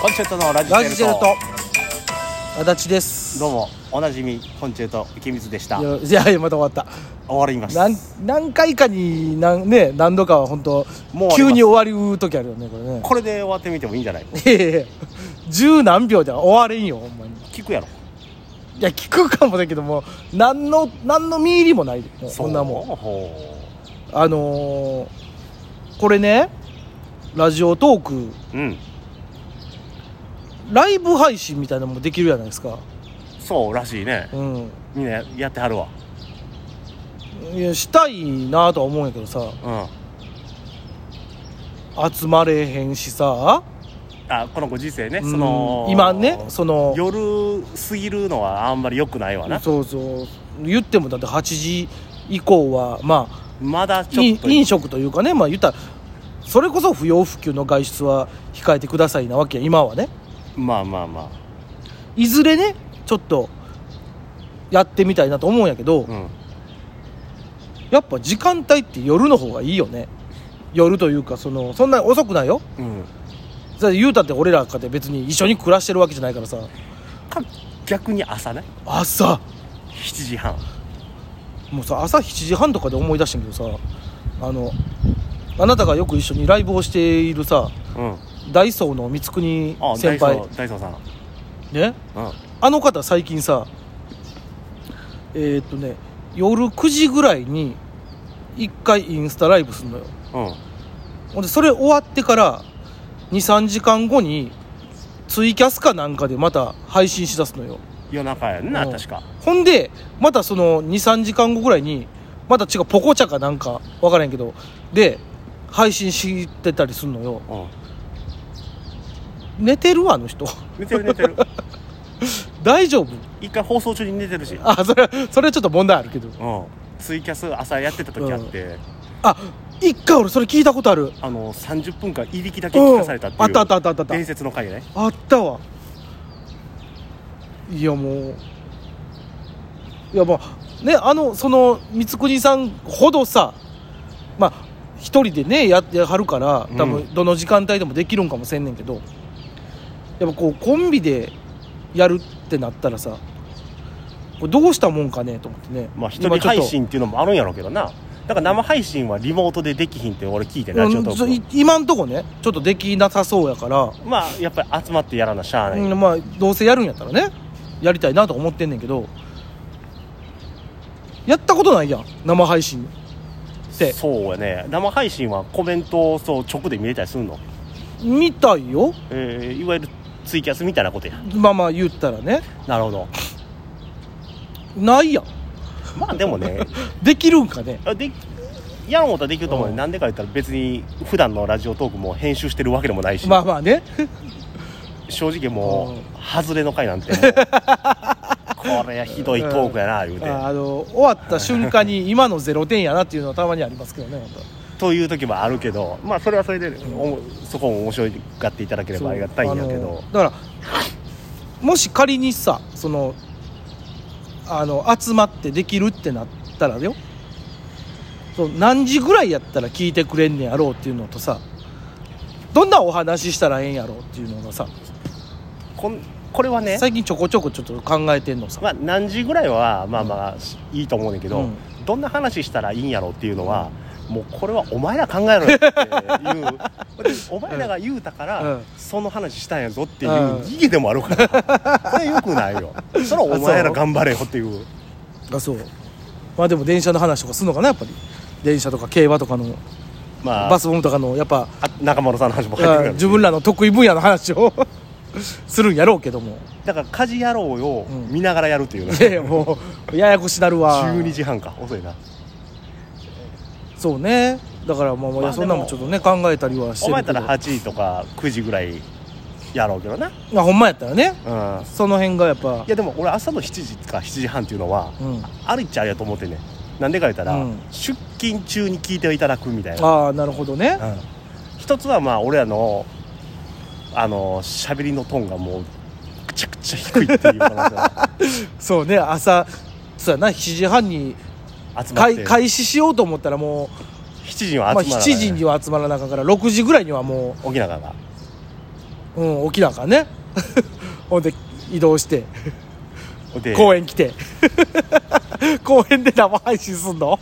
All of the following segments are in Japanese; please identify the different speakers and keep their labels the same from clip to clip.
Speaker 1: コンチェルトのラジ
Speaker 2: ラジジ
Speaker 1: チ
Speaker 2: ェ
Speaker 1: ェル
Speaker 2: ル
Speaker 1: ト
Speaker 2: ト足立です
Speaker 1: どうもおなじみコンチェルト池水でした
Speaker 2: い
Speaker 1: 終
Speaker 2: やいやいやまた終わった
Speaker 1: わります
Speaker 2: 何何回かになん、ね、何度かは本当
Speaker 1: もう
Speaker 2: 急に終わる時あるよねこれね
Speaker 1: これで終わってみてもいいんじゃない
Speaker 2: いやいやいや十何秒じゃ終われんよほんまに
Speaker 1: 聞くやろ
Speaker 2: いや聞くかもだけども何の何の見入りもないでもうそんなもん
Speaker 1: うほ
Speaker 2: あのーこれねラジオトーク
Speaker 1: ううん
Speaker 2: ライブ配信みたいなのもできるじゃないですか
Speaker 1: そうらしいね
Speaker 2: うん
Speaker 1: みんなやってはるわ
Speaker 2: いやしたいなとは思うんやけどさ
Speaker 1: うん
Speaker 2: 集まれへんしさ
Speaker 1: あこのご時世ね
Speaker 2: うん
Speaker 1: その
Speaker 2: 今ねその
Speaker 1: 夜過ぎるのはあんまり良くないわな
Speaker 2: そうそう言ってもだって8時以降はまあ
Speaker 1: まだちょ
Speaker 2: 飲
Speaker 1: っと
Speaker 2: 飲食というかねまあ言ったらそれこそ不要不急の外出は控えてくださいなわけや今はね
Speaker 1: まあまあま
Speaker 2: いずれねちょっとやってみたいなと思うんやけど、
Speaker 1: あうん
Speaker 2: やっぱ時間帯って夜の方がいいよね夜というかそのそんな遅くないよ
Speaker 1: うん
Speaker 2: だって言うたって俺らかて別に一緒に暮らしてるわけじゃないからさ
Speaker 1: か逆に朝ね
Speaker 2: 朝
Speaker 1: 7時半
Speaker 2: もうさ朝7時半とかで思い出してんけどさあのあなたがよく一緒にライブをしているさ
Speaker 1: うん
Speaker 2: ダイソーの光国
Speaker 1: あ
Speaker 2: 先
Speaker 1: ダイ
Speaker 2: 輩
Speaker 1: ソーダイソーさん
Speaker 2: ね
Speaker 1: うん
Speaker 2: あの方最近さえーっとね夜9時ぐらいに1回インスタライブするのよ
Speaker 1: うん
Speaker 2: ほんでそれ終わってから23時間後にツイキャスかなんかでまた配信しだすのよ
Speaker 1: 夜中やんな
Speaker 2: うん
Speaker 1: 確か
Speaker 2: ほんでまたその23時間後ぐらいにまた違うポコチャかなんか分からへんけどで配信してたりするのよ
Speaker 1: うん
Speaker 2: 寝てるわあの人
Speaker 1: 寝てる寝てる
Speaker 2: 大丈夫
Speaker 1: 一回放送中に寝てるし
Speaker 2: あそれそれはちょっと問題あるけど
Speaker 1: うんツイキャス朝やってた時あって、
Speaker 2: あ一回俺それ聞いたことある
Speaker 1: あの30分間いびきだけ聞かされたっていう、
Speaker 2: うんあったあったあったあった
Speaker 1: 伝説の回ね
Speaker 2: あったわいやもういやまあねあのその光圀さんほどさまあ一人でねやってはるから多
Speaker 1: う
Speaker 2: 分どの時間帯でもできるんかもせんねんけど、やっぱこうコンビでやるってなったらさこれどうしたもんかねと思ってね
Speaker 1: まあ一
Speaker 2: 今
Speaker 1: 人
Speaker 2: ちょっと
Speaker 1: 配信っていうのもあるんやろうけどなだから生配信はリモートでできひんって俺聞いて
Speaker 2: う
Speaker 1: ラ
Speaker 2: ん
Speaker 1: ジオトーク
Speaker 2: そうい
Speaker 1: の
Speaker 2: 今んとこねちょっとできなさそうやから、
Speaker 1: まあやっぱり集まってやらなしゃあない、
Speaker 2: うんまあどうせやるんやったらねやりたいなと思ってんねんけどやったことないやん生配信って
Speaker 1: そうやね生配信はコメントをそう直で見れたりするの、
Speaker 2: 見たいよ
Speaker 1: えーいわゆるツイキャスみたいなことや
Speaker 2: まあまあ言ったらね
Speaker 1: なるほど
Speaker 2: ないやん
Speaker 1: まあでもね
Speaker 2: できるんかね
Speaker 1: あでやろうとはできると思うね
Speaker 2: うん
Speaker 1: なんでか言ったら別に普段のラジオトークも編集してるわ けでもないし、
Speaker 2: まあまあね
Speaker 1: 正直も
Speaker 2: う
Speaker 1: う外れの回なん てもうこれはひどいトークやな言うて
Speaker 2: あの終わった瞬間に今の0点やなっていうのはたまにありますけどね本
Speaker 1: という時もあるけどまあそれはそれで、おもそこも面白がっていただけ
Speaker 2: 当
Speaker 1: ればありがたいんやけ
Speaker 2: そう
Speaker 1: ど
Speaker 2: あのだからもし仮にさそのあの集まってできるってなったらよそう何時ぐらいやったら聞いてくれんねやろうっていうのとさどんなお話ししたらええんやろうっていうのがさ、
Speaker 1: こんこれはね、
Speaker 2: 最近ちょこちょこちょっと考えてんのさ、
Speaker 1: まあ、何時ぐらいはまあまあいいと思うねんけど、
Speaker 2: うん
Speaker 1: どんな話したらいいんやろうっていうのは、もうこれはお前ら考えろよっていう でお前らが言うたから、
Speaker 2: うん
Speaker 1: その話したんやぞっていう
Speaker 2: うん
Speaker 1: 逃げでもある から、それよくないよそれはお前ら頑張れよっていう
Speaker 2: あそうまあでも電車の話とかするのかなやっぱり電車とか競馬とかの
Speaker 1: まあ
Speaker 2: バスボムとかのやっ ぱ
Speaker 1: あ中丸さんの話も入ってくる
Speaker 2: あ
Speaker 1: から
Speaker 2: 自分らの得意分野の話を するんやろうけども
Speaker 1: だから家事やろうよ、
Speaker 2: うん
Speaker 1: 見ながらやるっていうね
Speaker 2: いやいやもうややこしなるわ
Speaker 1: 12時半か遅いな
Speaker 2: そうねだからまあまあい
Speaker 1: ま
Speaker 2: や
Speaker 1: あ
Speaker 2: そんなんも
Speaker 1: で
Speaker 2: ちょ
Speaker 1: も
Speaker 2: っとね考えたりはし
Speaker 1: お
Speaker 2: て
Speaker 1: 前や
Speaker 2: る
Speaker 1: った
Speaker 2: けど
Speaker 1: ら8時とか9時ぐらいやろうけどなうん
Speaker 2: まあほんまやったらね
Speaker 1: い
Speaker 2: その辺がやっぱ
Speaker 1: やでも俺朝の7時か7時半っていうのは、
Speaker 2: うん
Speaker 1: あるっちゃあるやと思ってんねんなんでか言ったら、
Speaker 2: うん
Speaker 1: 出勤中に聞いていただくみたいな、
Speaker 2: ああなるほどね
Speaker 1: うん一つはまあ俺らのあの喋りのトーンがもうくちゃくちゃ低いっていう可 能性が
Speaker 2: そうね朝そうやな7時半に
Speaker 1: 集まっ
Speaker 2: 開
Speaker 1: て7
Speaker 2: 開始しようと思ったらも
Speaker 1: 時に
Speaker 2: う、
Speaker 1: は
Speaker 2: まあ、
Speaker 1: 集まらない、
Speaker 2: 7時には集まらなあかんから6時ぐらいにはも
Speaker 1: 沖縄が
Speaker 2: ううん起きなあかんね ほんで移動して
Speaker 1: で
Speaker 2: 公園来て 公園で生配信すんの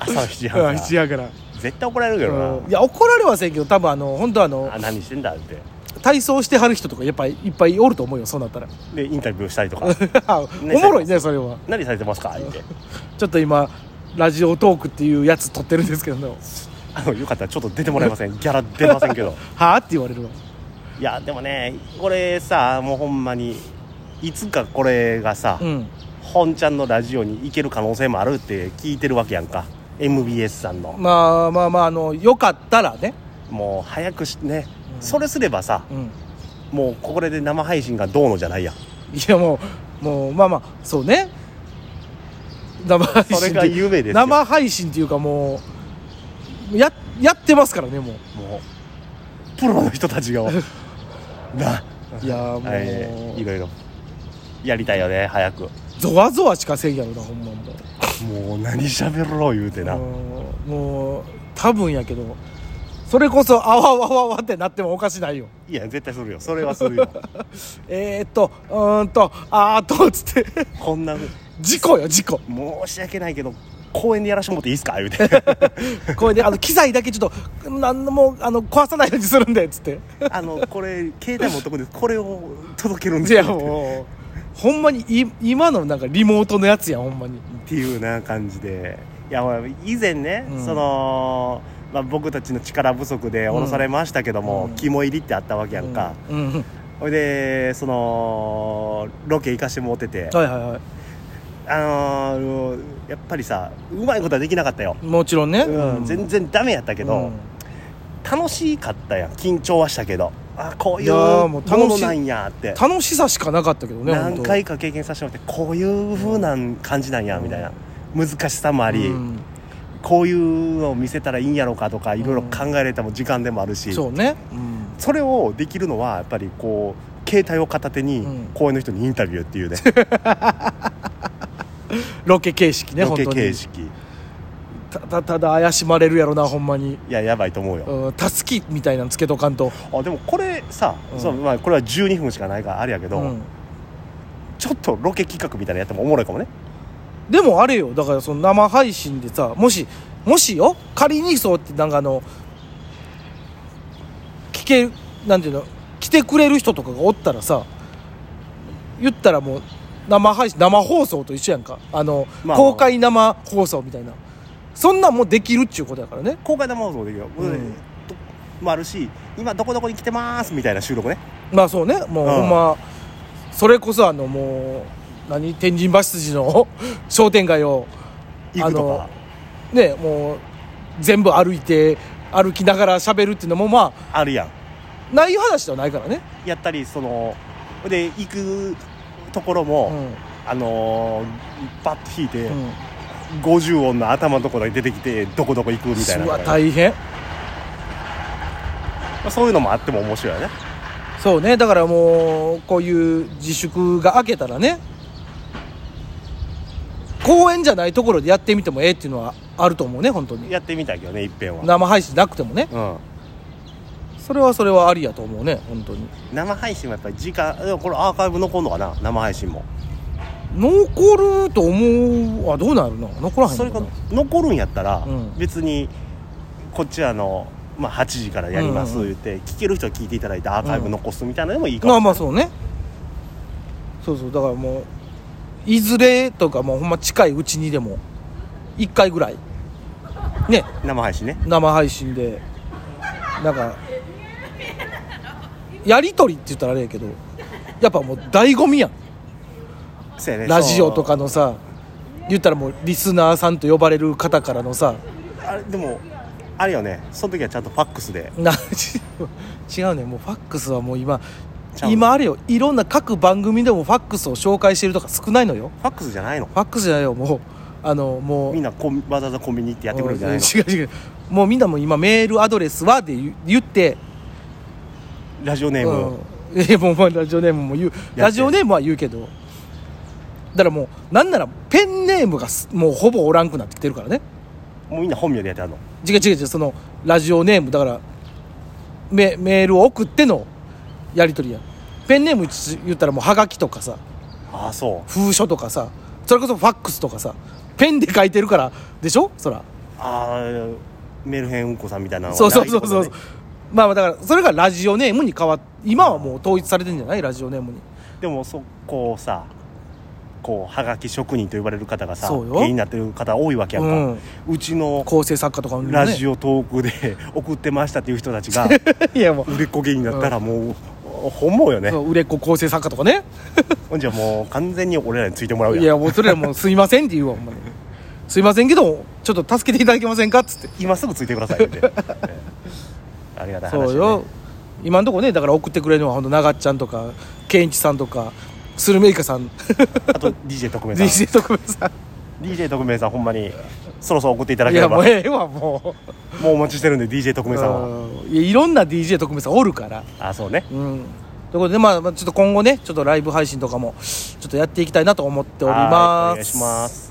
Speaker 1: 朝の7時半
Speaker 2: う
Speaker 1: か
Speaker 2: ん
Speaker 1: ら
Speaker 2: 一夜から、
Speaker 1: 絶対怒られるけどな、
Speaker 2: うんいや怒られはせんけど多分あの本当あの
Speaker 1: あ何してんだって
Speaker 2: 体操してはる人とかやっぱいっぱいおると思うよそうな ったら
Speaker 1: でインタビューした りとか
Speaker 2: おもろいねそれは
Speaker 1: 何されてますか言って
Speaker 2: ちょっと今ラジオトークっていうやつ撮ってるんですけどね
Speaker 1: あのよかったらちょっと出てもらえませんギャラ出ませんけど
Speaker 2: はあって言われるわ
Speaker 1: いやでもねこれさもうほんまにいつかこれがさ、
Speaker 2: うん
Speaker 1: 本ちゃんのラジオに行ける可能性もあるって聞いてるわけやんか MBS さんの
Speaker 2: まあまあまああのよかったらね
Speaker 1: もう早くしね、
Speaker 2: うん
Speaker 1: それすればさ
Speaker 2: うん
Speaker 1: もうこれで生配信がどうのじゃないやん
Speaker 2: いやもうもうまあまあそうね生配信
Speaker 1: それが
Speaker 2: って
Speaker 1: 夢ですよ
Speaker 2: 生配信っていうかもうややってますからねも
Speaker 1: もうプロの人たち がな
Speaker 2: ういやもう、
Speaker 1: えーいろいろやりたいよね早く
Speaker 2: ゾワゾワしかせんやろなほんまもう
Speaker 1: もう何喋ろう言うてな、
Speaker 2: うんもう多分やけどそれこそあわわわわってなってもおかしないよ
Speaker 1: いや絶対するよそれはする よ
Speaker 2: えー、っとうーんとあーっとつって
Speaker 1: こんな
Speaker 2: 事故よ事故
Speaker 1: 申し訳ないけど公園でやらしてもらっていいですか言うて
Speaker 2: これであの機材だけちょっとなんもあの壊さないようにするんでっつって
Speaker 1: あのこれ携帯持っとくんですこれを届けるん
Speaker 2: い
Speaker 1: で
Speaker 2: やもうほんまにい今のなんかリモートのやつやんほんま
Speaker 1: っ
Speaker 2: に
Speaker 1: ていうな感じでいやほら以前ね、
Speaker 2: うん
Speaker 1: その、まあ、僕たちの力不足で降ろされましたけども、
Speaker 2: うん
Speaker 1: 肝入りってあったわけやんか、
Speaker 2: うん、うん、はい
Speaker 1: ほいでそのロケ行かしてもうてて、
Speaker 2: はいは
Speaker 1: あのーやっぱりさうまいことはできなかったよ、
Speaker 2: いもちろんね、
Speaker 1: うん
Speaker 2: うん
Speaker 1: 全然ダメやったけど、
Speaker 2: うん
Speaker 1: 楽しかったやん緊張はしたけどあこういう
Speaker 2: いやーも
Speaker 1: も
Speaker 2: う楽しい
Speaker 1: のなんやって
Speaker 2: 楽しさしかなかったけどね
Speaker 1: 何回か経験させてもらってこういう風な感じなんや
Speaker 2: うん
Speaker 1: みたいな難しさも
Speaker 2: あ
Speaker 1: あり、こういうのを見せたらいいんやろうかとかいろいろ考えれたも時間でもあるし、
Speaker 2: そうね、
Speaker 1: それをできるのはやっぱりこう携帯を片手に
Speaker 2: うん
Speaker 1: 公園の人にインタビューっていうね
Speaker 2: ロケ形 式ね
Speaker 1: ロケ
Speaker 2: 本当
Speaker 1: 形
Speaker 2: に
Speaker 1: 式
Speaker 2: たたただ怪しまれるやろなほんまに
Speaker 1: いややばいと思うよ、
Speaker 2: うんたすきみたいなのつけとかんと
Speaker 1: あでもこれさ、
Speaker 2: うん
Speaker 1: そうまあ、これは12分しかないからあれやけど、
Speaker 2: うん
Speaker 1: ちょっとロケ企画みたいなのやってもおもろいかもね
Speaker 2: でもあれよだからその生配信でさもしもしよ仮にそうってなんかあの聞けなんていうの来てくれる人とかがおったらさ言ったらもう生配信生放送と一緒やんかあの、
Speaker 1: まあ
Speaker 2: 公開生放送みたいなそんなんもできるっちゅうことやからね
Speaker 1: 公開生放送できるよ、
Speaker 2: うん
Speaker 1: えーっともあるし今どこどこに来てますみたいな収録ね
Speaker 2: まあそうねもう
Speaker 1: うん
Speaker 2: ほんまそれこそあのもう何天神橋筋の 商店街を
Speaker 1: 行くとか
Speaker 2: ねもう全部歩いて歩きながら喋るっていうのもま
Speaker 1: あるやん
Speaker 2: あない話ではないからね、
Speaker 1: やったりそので行くところも、
Speaker 2: う
Speaker 1: あのーパッと引いて、
Speaker 2: んうん、
Speaker 1: 50音の頭のところに出てきてどこどこ行くみたいな
Speaker 2: う
Speaker 1: の
Speaker 2: わ
Speaker 1: がね
Speaker 2: 大変
Speaker 1: そういうのもあっても面白いよね
Speaker 2: そうねだからもうこういう自粛が明けたらね公園じゃないところでやってみてもええっていうのはあると思うね本当に
Speaker 1: やってみたいけどね一遍は、
Speaker 2: 生配信なくてもね
Speaker 1: うん、
Speaker 2: それはそれはありやと思うね本当に
Speaker 1: 生配信はやっぱり時間でもこれアーカイブ残るのかな生配信も
Speaker 2: 残ると思うあどうなるの残らへんの
Speaker 1: それ
Speaker 2: か
Speaker 1: が
Speaker 2: な
Speaker 1: 残るんやったら、
Speaker 2: うん
Speaker 1: 別にこっちあの、まあ、8時からやります
Speaker 2: うんう
Speaker 1: 言って、聞ける人は聞いていただいてアーカイブ残すみたいなのでもいいか
Speaker 2: ま
Speaker 1: も、
Speaker 2: あまあそうねそうそうだからもういずれとかもうほんま近いうちにでも1回ぐらいね
Speaker 1: 生配信ね
Speaker 2: 生配信でなんかやり取りって言ったらあれやけどやっぱもう醍醐味やん
Speaker 1: そうやね
Speaker 2: ラジオと
Speaker 1: そ
Speaker 2: かのさ言ったらもうリスナーさんと呼ばれる方からのさ
Speaker 1: うあれでもあれよねその時はちゃんとファックスで
Speaker 2: な 違うねもうファックスはもう今
Speaker 1: ちゃう
Speaker 2: 今あれよいろんな各番組でもファックスを紹介してるとか少ないのよ
Speaker 1: ファックスじゃないの
Speaker 2: ファックスじゃないよもうあのもう
Speaker 1: みんなコンわざわざコンビニ行ってやってくれるんじゃないの
Speaker 2: うん違う違うもうみんなもう今メールアドレスはで言言って、
Speaker 1: ラジオネーム、
Speaker 2: うん、いやもうお前ラジオネームも言う
Speaker 1: て
Speaker 2: ラジオネームは言うけどだからもうなんならペンネームがすもうほぼおらんくなってきてるからね
Speaker 1: もうみんな本名でやってあるの
Speaker 2: 違う違う違うそのラジオネームだからメメールを送ってのやり取りやんペンネーム言ったらもうハガキとかさ
Speaker 1: ああそう
Speaker 2: 封書とかさそれこそファックスとかさペンで書いてるからでしょそら
Speaker 1: ああメルヘンうんこさんみたいなのは
Speaker 2: そうそうそうそう、
Speaker 1: ないってことね
Speaker 2: まあまあだからそれがラジオネームに変わっ今はもう統一されてんじゃないラジオネームに
Speaker 1: でもそこをさこうはがき職人と呼ばれる方がさ
Speaker 2: そうよ
Speaker 1: 芸人になってる方多いわけやんか、
Speaker 2: う
Speaker 1: うんちの
Speaker 2: 構成作家とかもいるよ
Speaker 1: ラ
Speaker 2: ね
Speaker 1: ジオトークで 送ってましたっていう人たちが
Speaker 2: いやもう
Speaker 1: 売れっ子芸人だったらもう、本望よね
Speaker 2: そう売れっ子構成作家と かね
Speaker 1: ほんじゃもう完全に俺らについてもらうやん
Speaker 2: いやもうそれはもうすいませんって言うわほんまにすいませんけどちょっと助けていただけませんかっつって
Speaker 1: 今すぐついてくださ いってええありがたい話、ね、
Speaker 2: そうよ今のところねだから送ってくれるのはほんと長っちゃんとか健一さんとかスルメイカさん
Speaker 1: あと DJ 特命さん
Speaker 2: DJ 特別さ
Speaker 1: DJ 特命さんほんまにそろそろ送っていただ
Speaker 2: んい
Speaker 1: けれ
Speaker 2: や
Speaker 1: ばも
Speaker 2: もうええわもう
Speaker 1: うお待ちしてるんで DJ 特命さんは
Speaker 2: うんいやいろんな DJ 特命さんおるから
Speaker 1: あそうね
Speaker 2: うんということで、まあ、まあちょっと今後ねちょっとライブ配信とかもちょっとやっていきたいなと思っており
Speaker 1: は
Speaker 2: ま
Speaker 1: いお願い
Speaker 2: す
Speaker 1: します